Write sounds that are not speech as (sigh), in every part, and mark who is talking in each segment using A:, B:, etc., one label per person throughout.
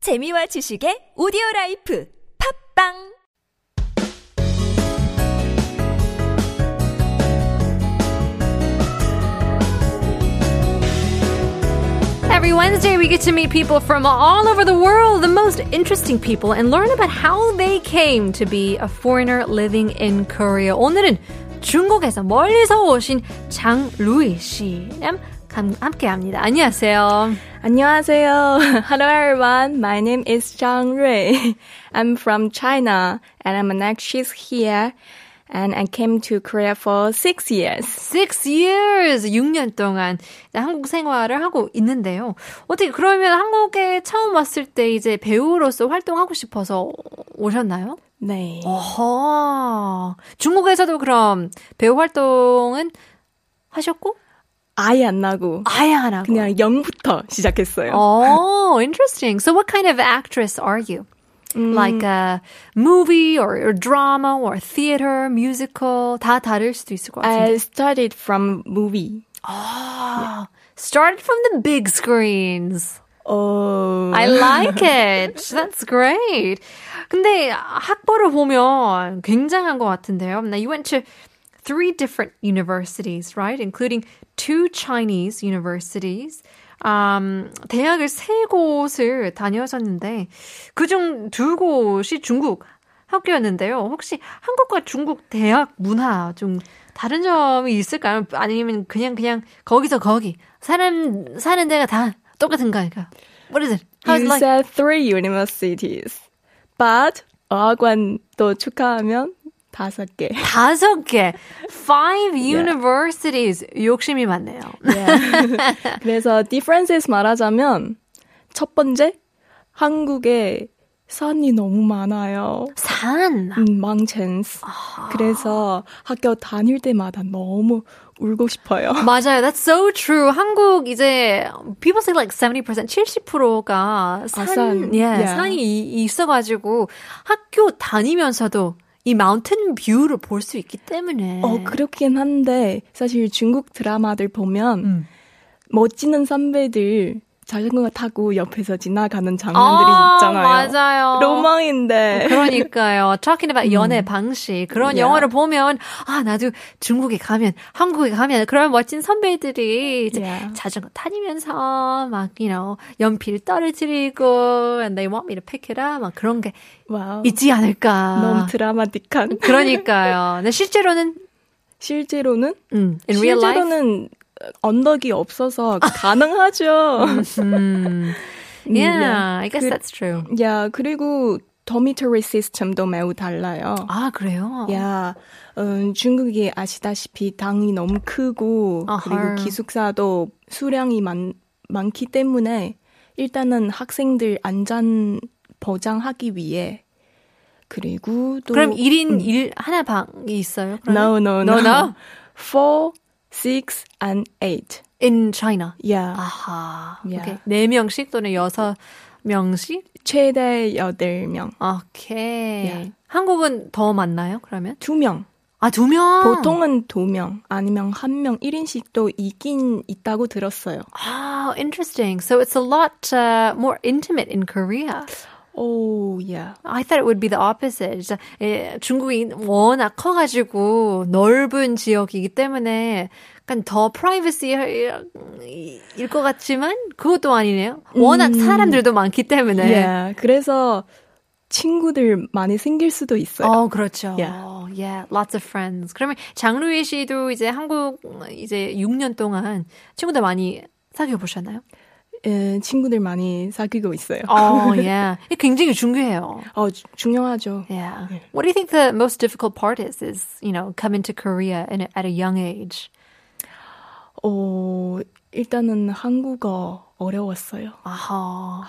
A: 재미와 지식의 오디오 라이프 팝빵
B: Every Wednesday, we get to meet people from all over the world, the most interesting people, and learn about how they came to be a foreigner living in Korea. 오늘은 중국에서 멀리서 오신 장루이 씨랑 함- 함께합니다. 안녕하세요.
C: 안녕하세요. (laughs) Hello everyone. My name is Zhang Rui. (laughs) I'm from China and I'm an actress here and I came to Korea for six years.
B: Six years, 6년 동안 이제 한국 생활을 하고 있는데요. 어떻게 그러면 한국에 처음 왔을 때 이제 배우로서 활동하고 싶어서 오셨나요?
C: 네.
B: 어허. 중국에서도 그럼 배우 활동은 하셨고
C: 아예 안 나고
B: 아예 안 하고.
C: 그냥 영부터 시작했어요.
B: Oh, interesting. So, what kind of actress are you? Like a movie or, or drama or theater, musical 다 다를 수도 있을 것 같은데.
C: I started from movie.
B: 아, started from the big screens.
C: Oh.
B: I like it. That's great. 근데 학벌을 보면 굉장한 것 같은데요. Now you went to three different universities, right? Including two Chinese universities. Um, 대학을 세 곳을 다녀오셨는데 그중 두 곳이 중국 학교였는데요. 혹시 한국과 중국 대학 문화 좀 다른 점이 있을까요? 아니면 그냥 그냥 거기서 거기 사람 사는 데가 다 똑같은가요? What is it? How's
C: You
B: life?
C: said three universities. But 어학원도 축하하면 다섯 개.
B: 다섯 개. Five universities. 욕심이 많네요.
C: 예. (laughs) 그래서 differences 말하자면 첫 번째 한국에 산이 너무 많아요.
B: 산.
C: 음, mountains. 그래서 학교 다닐 때마다 너무 울고 싶어요.
B: 맞아요. That's so true. 한국 이제 people say like 70%, 70%가 산,
C: 아, 산.
B: 예,
C: Yeah.
B: 산이 이- 있어가지고 학교 다니면서도 이 마운틴 뷰를 볼 수 있기 때문에.
C: 어, 그렇긴 한데 사실 중국 드라마들 보면
B: 음.
C: 멋지는 선배들 자전거 타고 옆에서 지나가는 장면들이
B: 아,
C: 있잖아요.
B: 맞아요.
C: 로망인데.
B: 그러니까요. Talking about 연애 방식. 그런
C: 음. Yeah.
B: 영화를 보면, 아, 나도 중국에 가면, 한국에 가면, 그런 멋진 선배들이 이제
C: Yeah.
B: 자전거 다니면서, 막, you know, 연필 떨어뜨리고, and they want me to pick it up, 막 그런 게
C: 와우.
B: 있지 않을까.
C: 너무 드라마틱한.
B: 그러니까요. 근데 실제로는,
C: 실제로는
B: 음, in real life.
C: 실제로는 언덕이 없어서 가능하죠.
B: 음,
C: 음,
B: yeah, I guess
C: 그-
B: that's true.
C: (laughs) 야, 그리고 dormitory system도 매우 달라요.
B: 아, 그래요?
C: 야, 음, 중국이 아시다시피 당이 너무 크고
B: 아하.
C: 그리고 기숙사도 수량이 많, 많기 때문에 일단은 학생들 안전 보장하기 위해 그리고 또 음.
B: 그럼 1인 일 하나 방이 있어요?
C: no,
B: 그러면?
C: no,
B: No,
C: no.
B: no?
C: four, six and eight.
B: In China.
C: 야,
B: 아하.
C: Yeah.
B: 오케이. 네 명씩 또는 여섯 명씩.
C: 최대 여덟 명,
B: 오케이.
C: Yeah.
B: 한국은 더 많나요? 그러면?
C: 두 명.
B: 아, 두 명.
C: 보통은 두 명, 아니면 한 명, 1인씩도 있긴 있다고 들었어요.
B: 아, interesting. So it's a lot uh, more intimate in Korea.
C: 오, 야.
B: I thought it would be the opposite. 진짜, 예, 중국이 워낙 커가지고 넓은 지역이기 때문에 약간 더 프라이버시일 것 같지만 그것도 아니네요. 워낙
C: 음.
B: 사람들도 많기 때문에.
C: 예, 그래서 친구들 많이 생길 수도 있어요.
B: 어, 그렇죠.
C: Yeah.
B: Yeah, lots of friends. 그러면 장루이 씨도 이제 한국 이제 6년 동안 친구들 많이 사귀어 보셨나요?
C: 예, 친구들 많이 사귀고 있어요.
B: 어, yeah. 이게 굉장히 중요해요.
C: 어, 주- 중요하죠.
B: Yeah. What do you think the most difficult part is? Is you know coming to Korea in, at a young age?
C: 어, 일단은 한국어 어려웠어요.
B: 아하.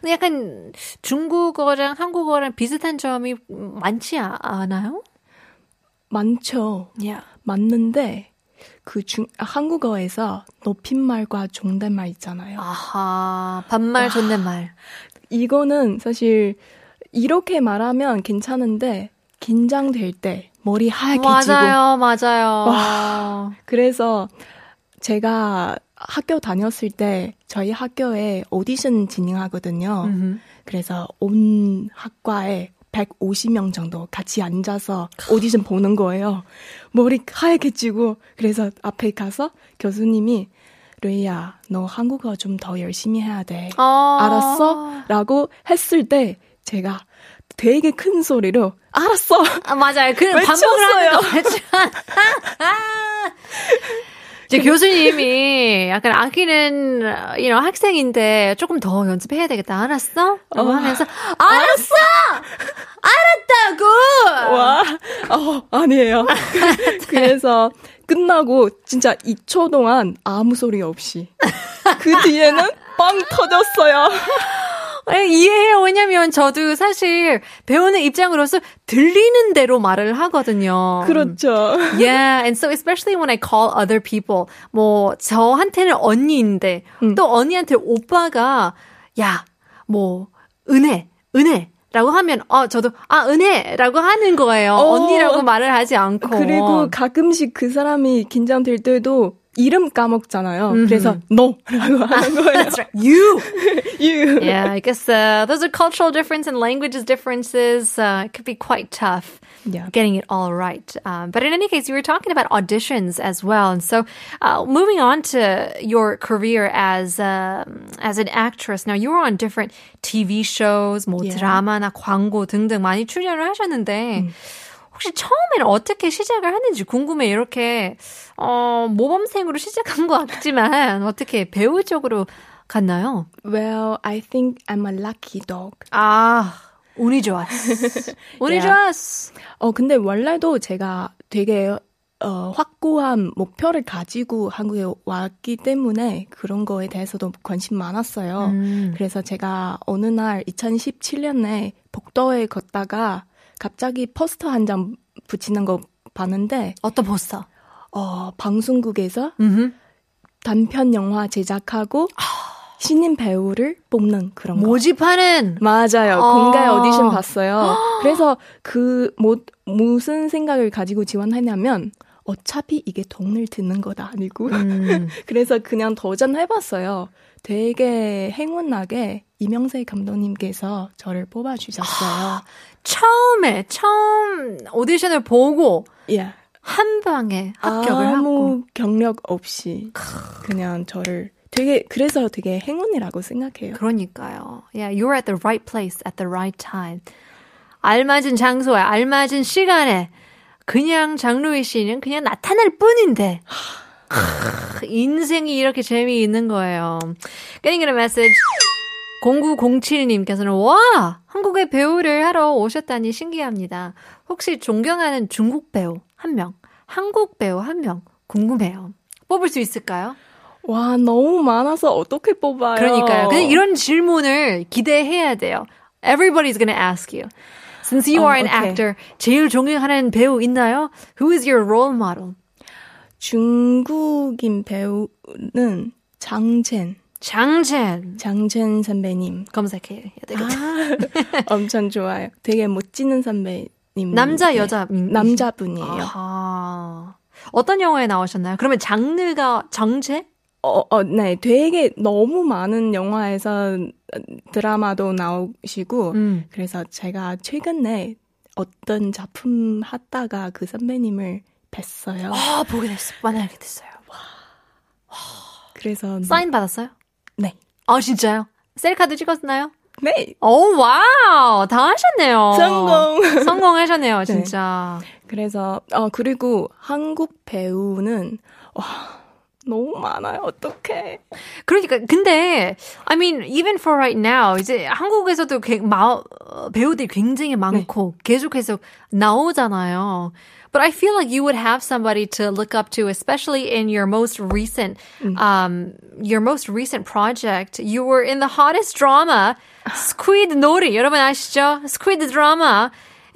B: 근데 약간 중국어랑 한국어랑 비슷한 점이 많지 아- 않아요?
C: 많죠.
B: Yeah.
C: 맞는데 그 중, 아, 한국어에서 높임말과 존댓말 있잖아요.
B: 아하. 반말 존댓말.
C: 이거는 사실 이렇게 말하면 괜찮은데 긴장될 때 머리 하얗게 지고
B: 맞아요, 맞아요.
C: 그래서 제가 학교 다녔을 때 저희 학교에 오디션 진행하거든요.
B: 음.
C: 그래서 온 학과에 150명 정도 같이 앉아서 오디션 보는 거예요. 머리 하얗게 찌고 그래서 앞에 가서 교수님이 루이야 너 한국어 좀 더 열심히 해야 돼.
B: 아.
C: 알았어? 라고 했을 때 제가 되게 큰 소리로 알았어!
B: 아, 맞아요. 그 반복을
C: 외쳤어요.
B: 하는 거 (laughs) 이제 교수님이 약간 아끼는 어, you know, 학생인데 조금 더 연습해야 되겠다. 알았어? 라고 하면서 알았어! 알았다고!
C: 와, 어, 아니에요. (laughs) 그래서 끝나고 진짜 2초 동안 아무 소리 없이.
B: (laughs)
C: 그 뒤에는 빵 터졌어요.
B: 예, 이해해요. 왜냐면 저도 사실 배우는 입장으로서 들리는 대로 말을 하거든요.
C: 그렇죠.
B: 어. Yeah, and so especially when I call other people, 뭐 저한테는 언니인데
C: 음.
B: 또 언니한테 오빠가 야, 뭐 은혜, 은혜. 라고 하면 어 저도 아 은혜라고 하는 거예요.
C: 어.
B: 언니라고 말을 하지 않고
C: 그리고 가끔씩 그 사람이 긴장될 때도 이름 까먹잖아요. 그래서
B: (laughs)
C: 너라고 하는 거예요.
B: 아, That's right. You.
C: (laughs) You. (laughs)
B: yeah, I guess uh, those are cultural differences and languages differences. Uh, it could be quite tough
C: Yeah.
B: getting it all right. Um, but in any case, you were talking about auditions as well, and so uh, moving on to your career as um, as an actress. Now you were on different TV shows, 뭐
C: Yeah.
B: 드라마나 광고 등등 많이 출연을 하셨는데. 혹시 처음에는 어떻게 시작을 했는지 궁금해. 이렇게 어, 모범생으로 시작한 것 같지만 어떻게 배우 쪽으로 갔나요?
C: Well, I think I'm a lucky dog.
B: 아, 운이 좋았어. (laughs) 운이
C: Yeah.
B: 좋았어.
C: 어, 근데 원래도 제가 되게 어, 확고한 목표를 가지고 한국에 왔기 때문에 그런 거에 대해서도 관심 많았어요.
B: 음.
C: 그래서 제가 어느 날 2017년에 복도에 걷다가 갑자기 포스터 한 장 붙이는 거 봤는데
B: 어떤 포스터?
C: 어, 방송국에서 단편 영화 제작하고 신인 배우를 뽑는 그런 거.
B: 모집하는
C: 맞아요.
B: 아.
C: 공개
B: (gasps)
C: 오디션 봤어요. 그래서 그 뭐, 무슨 생각을 가지고 지원하냐면 어차피 이게 돈을 드는 거다 아니고 (laughs)
B: 음.
C: 그래서 그냥 도전해봤어요. 되게 행운하게 이명세 감독님께서 저를 뽑아주셨어요.
B: (laughs) (gasps) 처음에 처음 오디션을 보고
C: 예.
B: 한 방에 합격을
C: 아무
B: 하고
C: 경력 없이 그냥 저를 되게 그래서 되게 행운이라고 생각해요.
B: 그러니까요. Yeah, you were at the right place at the right time. 알맞은 장소에 알맞은 시간에 그냥 장루이 씨는 그냥 나타날 뿐인데 크, 인생이 이렇게 재미있는 거예요. Getting a message. 0907님께서는 와 한국에 배우를 하러 오셨다니 신기합니다. 혹시 존경하는 중국 배우 한 명, 한국 배우 한 명 궁금해요. 뽑을 수 있을까요?
C: 와 너무 많아서 어떻게 뽑아요?
B: 그러니까요.
C: 어.
B: 근데 이런 질문을 기대해야 돼요. Everybody's gonna ask you. Since you
C: 어,
B: are an
C: 오케이.
B: actor, 제일 존경하는 배우 있나요? Who is your role model?
C: 중국인 배우는 장첸,
B: 장첸
C: 장첸
B: (laughs)
C: 선배님
B: 검색해야 되겠다.
C: 엄청 좋아요. 되게 멋지는 선배님.
B: 남자
C: 네.
B: 여자 음,
C: 남자분이에요.
B: 아하. 어떤 영화에 나오셨나요? 그러면 장르가 정체?
C: 어, 어, 네, 되게 너무 많은 영화에서 드라마도 나오시고
B: 음.
C: 그래서 제가 최근에 어떤 작품 하다가 그 선배님을 뵀어요.
B: 아 보게 됐어. 만나게 됐어요.
C: 음. 그래서
B: 사인 받았어요?
C: 네,
B: 아 진짜요? 셀카도 찍었나요?
C: 네
B: 오 와우 다 하셨네요. 어.
C: 성공. (laughs)
B: 성공하셨네요 진짜.
C: 그래서 어 그리고 한국 배우는 와 너무 많아요. 어떡해.
B: 그러니까 근데 I mean even for right now 이제 한국에서도 개- 마- 어, 배우들이 굉장히 많고 계속해서 나오잖아요. But I feel like you would have somebody to look up to, especially in your most recent, um, your most recent project. You were in the hottest drama, Squid Nori. 여러분 아시죠? Squid drama.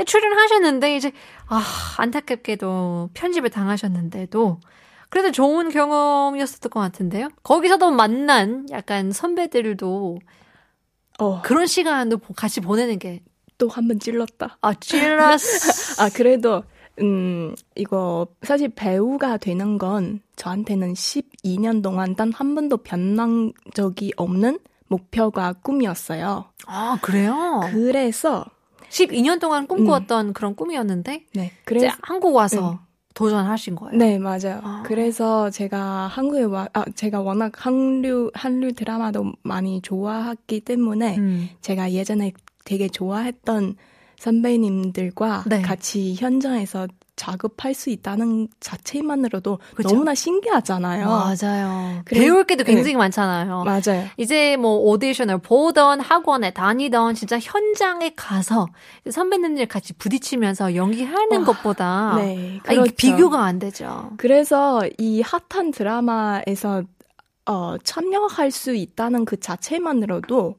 B: 출연하셨는데 이제 아 안타깝게도 편집을 당하셨는데도 그래도 좋은 경험이었을 것 같은데요. 거기서도 만난 약간 선배들도
C: 어,
B: 그런 시간도 보- 같이 보내는 게
C: 또 한 번 찔렀다. (laughs)
B: 아, 찔렀어.
C: 아, 그래도 음, 이거 사실 배우가 되는 건 저한테는 12년 동안 단 한 번도 변한 적이 없는 목표가 꿈이었어요.
B: 아, 그래요?
C: 그래서
B: 12년 동안 꿈꾸었던 그런 꿈이었는데
C: 네,
B: 이제
C: 그래서 음.
B: 한국 와서 도전하신 거예요.
C: 네, 맞아요.
B: 아.
C: 그래서 제가 한국에 와, 아, 제가 워낙 한류, 한류 드라마도 많이 좋아했기 때문에
B: 음.
C: 제가 예전에 되게 좋아했던 선배님들과
B: 네.
C: 같이 현장에서 작업할 수 있다는 자체만으로도
B: 그쵸?
C: 너무나 신기하잖아요.
B: 맞아요.
C: 그래-
B: 배울 게도
C: 네.
B: 굉장히 많잖아요.
C: 맞아요.
B: 이제 뭐 오디션을 보던 학원에 다니던 진짜 현장에 가서 이제 선배님들 같이 부딪히면서 연기하는
C: 와,
B: 것보다
C: 네,
B: 아, 이게
C: 그렇죠.
B: 비교가 안 되죠.
C: 그래서 이 핫한 드라마에서 어, 참여할 수 있다는 그 자체만으로도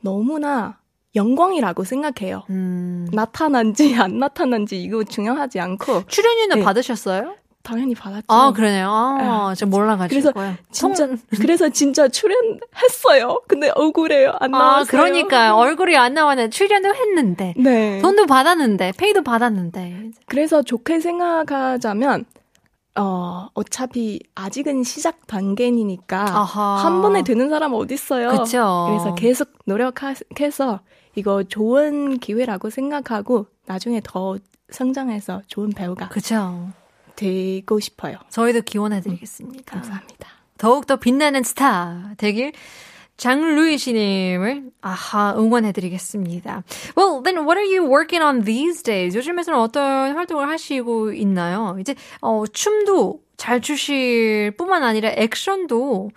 C: 너무나 영광이라고 생각해요.
B: 음.
C: 나타난지 안 나타난지 이거 중요하지 않고
B: 출연료는
C: 네.
B: 받으셨어요?
C: 당연히 받았죠.
B: 아 그러네요. 아,
C: 아,
B: 저 몰라가지고. 예.
C: 그래서
B: 요
C: 진짜 (laughs) 그래서 진짜 출연했어요. 근데 억울해요. 안
B: 아
C: 나왔어요.
B: 그러니까 얼굴이 안 나왔는데 출연도 했는데
C: 네.
B: 돈도 받았는데 페이도 받았는데.
C: 그래서 좋게 생각하자면 어 어차피 아직은 시작 단계니까
B: 아하.
C: 한 번에 되는 사람 어딨어요.
B: 그쵸.
C: 그래서 계속 노력해서 이거 좋은 기회라고 생각하고 나중에 더 성장해서 좋은 배우가
B: 그쵸.
C: 되고 싶어요.
B: 저희도 기원해드리겠습니다.
C: 감사합니다.
B: 더욱더 빛나는 스타 되길 장루이 씨님을 아하 응원해드리겠습니다. Well, then what are you working on these days? 요즘에서는 어떤 활동을 하시고 있나요? 이제 어, 춤도 잘 추실 뿐만 아니라 액션도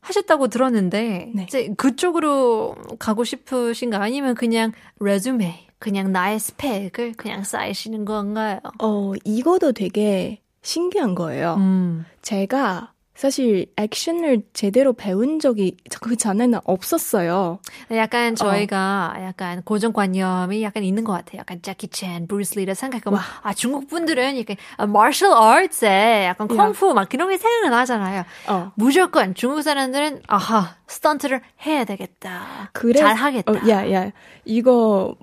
B: 하셨다고 들었는데
C: 네.
B: 이제 그쪽으로 가고 싶으신가 아니면 그냥 레주메, 그냥 나의 스펙을 그냥 쌓이시는 건가요?
C: 어 이거도 되게 신기한 거예요.
B: 음,
C: 제가 사실 액션을 제대로 배운 적이 그 전에는 없었어요.
B: 네, 약간 저희가 약간 고정관념이 약간 있는 것 같아요. 약간 재키 챈, 브루스 리라 생각하면 아 중국 분들은 이렇게 마셜 아트에 약간
C: 야.
B: 콩푸 막 그런 게 생각이 나잖아요.
C: 어.
B: 무조건 중국 사람들은 아하 스턴트를 해야 되겠다.
C: 그래-
B: 잘 하겠다.
C: 어, 야, 야, 이거,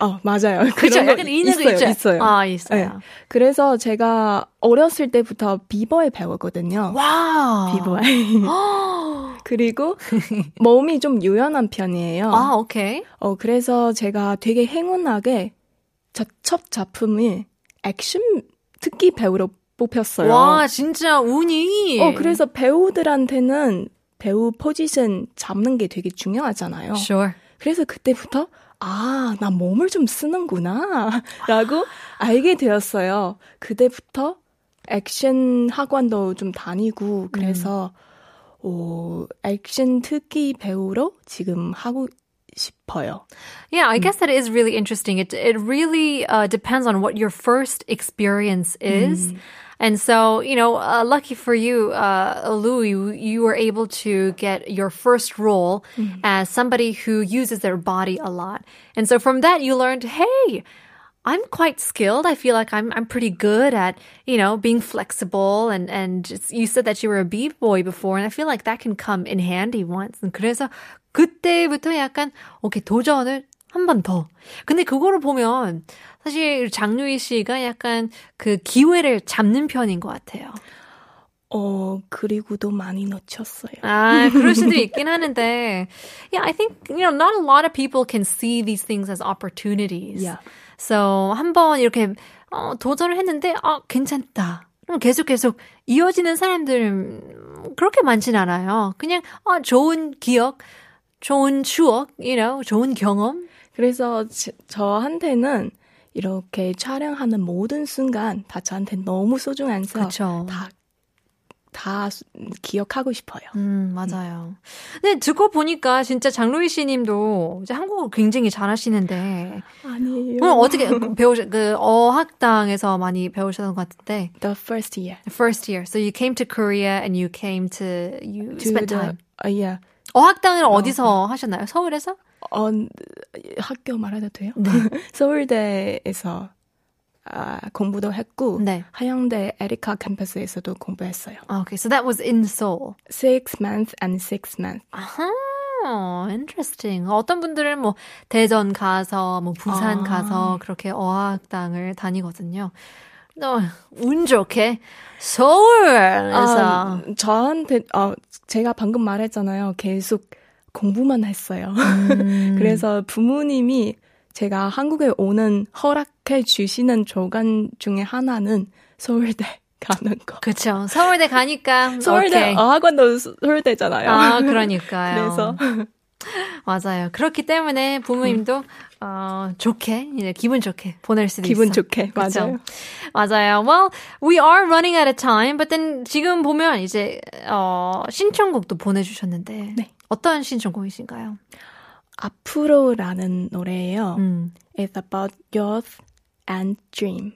C: 어, 맞아요.
B: 그렇죠.
C: 그런 거
B: 약간 있는 거
C: 있어요,
B: 있죠.
C: 있어요. 네.
B: 아 있어요.
C: 그래서 제가 어렸을 때부터 비버에 배웠거든요.
B: 와.
C: 비버에. (laughs) 그리고 몸이 좀 유연한
B: (gasps)
C: 편이에요.
B: 아 오케이.
C: 어, 그래서 제가 되게 행운하게 저첫 작품이 액션 특기 배우로 뽑혔어요.
B: 와 진짜 운이.
C: 어, 그래서 배우들한테는 배우 포지션 잡는 게 되게 중요하잖아요.
B: Sure.
C: 그래서 그때부터 아, 나 몸을 좀 쓰는구나. (laughs) 라고 알게 되었어요. 그때부터 액션 학원도 좀 다니고 그래서 오, 액션 특기 배우로 지금 하고 싶어요.
B: Yeah, I guess that is really interesting. It it really uh, depends on what your first experience is. And so, you know, uh, lucky for you, uh, Louis, you- you were able to get your first role as somebody who uses their body a lot. And so from that, you learned, hey, I'm quite skilled. I feel like I'm I'm pretty good at you know being flexible and and just, you said that you were a b boy before, and I feel like that can come in handy once. And 그래서 그때부터 약간 오케이 도전을 한 번 더. 근데 그거를 보면 사실 장유희 씨가 약간 그 기회를 잡는 편인 것 같아요.
C: 어, 그리고도 많이 놓쳤어요.
B: 아, 그럴 수도 있긴 하는데. Yeah, I think, you know, not a lot of people can see these things as opportunities.
C: Yeah.
B: So, 한번 이렇게 어, 도전을 했는데, 아, 괜찮다. 그럼 계속 계속 이어지는 사람들은 그렇게 많진 않아요. 그냥, 아, 좋은 기억, 좋은 추억, you know, 좋은 경험.
C: 그래서 제- 저한테는 이렇게 촬영하는 모든 순간 다 저한테 너무 소중해서
B: 그렇죠.
C: 다, 다 수- 기억하고 싶어요.
B: 음, 맞아요. 근데 듣고 보니까 진짜 장로희 씨님도 이제 한국어 굉장히 잘하시는데,
C: 아니에요.
B: 그럼 어떻게
C: (laughs)
B: 배우셨 그 어학당에서 많이 배우셨던 것 같은데
C: The first year.
B: first year. So you came to Korea and you came to you
C: To
B: spent
C: the-
B: time.
C: 아, yeah.
B: 어학당을 어디서 하셨나요? 서울에서?
C: 어, 학교 말해도 돼요?
B: 네.
C: (laughs) 서울대에서 아, 공부도 했고
B: 네. 아,
C: 하양대 에리카 캠퍼스에서도 공부했어요.
B: Okay, so that was in Seoul.
C: Six months and six months.
B: 아하. 어, interesting. 어떤 분들은 뭐 대전 가서 뭐 부산
C: 아.
B: 가서 그렇게 어학당을 다니거든요. 어, 운 좋게 서울에서
C: 아, 저한테 어, 제가 방금 말했잖아요. 계속 공부만 했어요. (laughs)
B: 음.
C: 그래서 부모님이 제가 한국에 오는 허락해 주시는 조간 중에 하나는 서울대 (laughs) 가는 거.
B: (laughs) 그쵸. 그렇죠. 서울대 가니까
C: 서울대
B: 오케이.
C: 어학원도 서- 서울대잖아요. (laughs)
B: 아, 그러니까요.
C: 그래서
B: 맞아요. 그렇기 때문에 부모님도 어, 좋게 이제 기분 좋게 보낼 수도
C: 음. 기분
B: 있어.
C: 좋게
B: 그쵸?
C: 맞아요.
B: 맞아요. Well, we are running out of time, but then 지금 보면 이제 어, 신청곡도 보내주셨는데
C: 네.
B: 어떤 신청곡이신가요?
C: 앞으로라는 노래예요.
B: 음,
C: It's about youth and dream.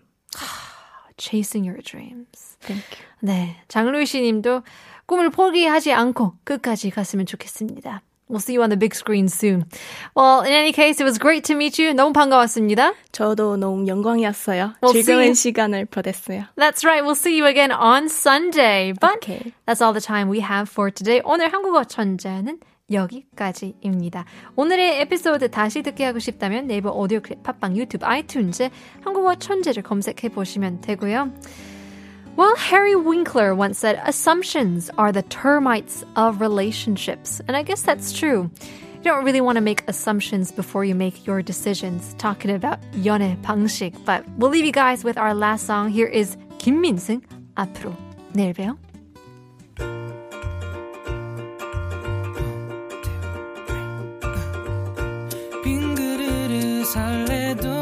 B: Chasing Your Dreams.
C: Thank you.
B: 네, 장루이 씨님도 꿈을 포기하지 않고 끝까지 갔으면 좋겠습니다. We'll see you on the big screen soon. Well, in any case, it was great to meet you. 너무 반가웠습니다.
C: 저도 너무 영광이었어요.
B: Well, see you.
C: 즐거운 시간을 보냈어요.
B: That's right. We'll see you again on Sunday. But
C: Okay.
B: that's all the time we have for today. 오늘 한국어 천재는 여기까지입니다. 오늘의 에피소드 다시 듣기 하고 싶다면 네이버 오디오 클립, 팟빵, 유튜브, 아이튠즈 한국어 천재를 검색해 보시면 되고요. Well, Harry Winkler once said, assumptions are the termites of relationships. And I guess that's true. You don't really want to make assumptions before you make your decisions, talking about 연애 방식. But we'll leave you guys with our last song. Here is Kim Min Sung, 앞으로. 내일 봬요.
D: 빈 그릇을 살래도 네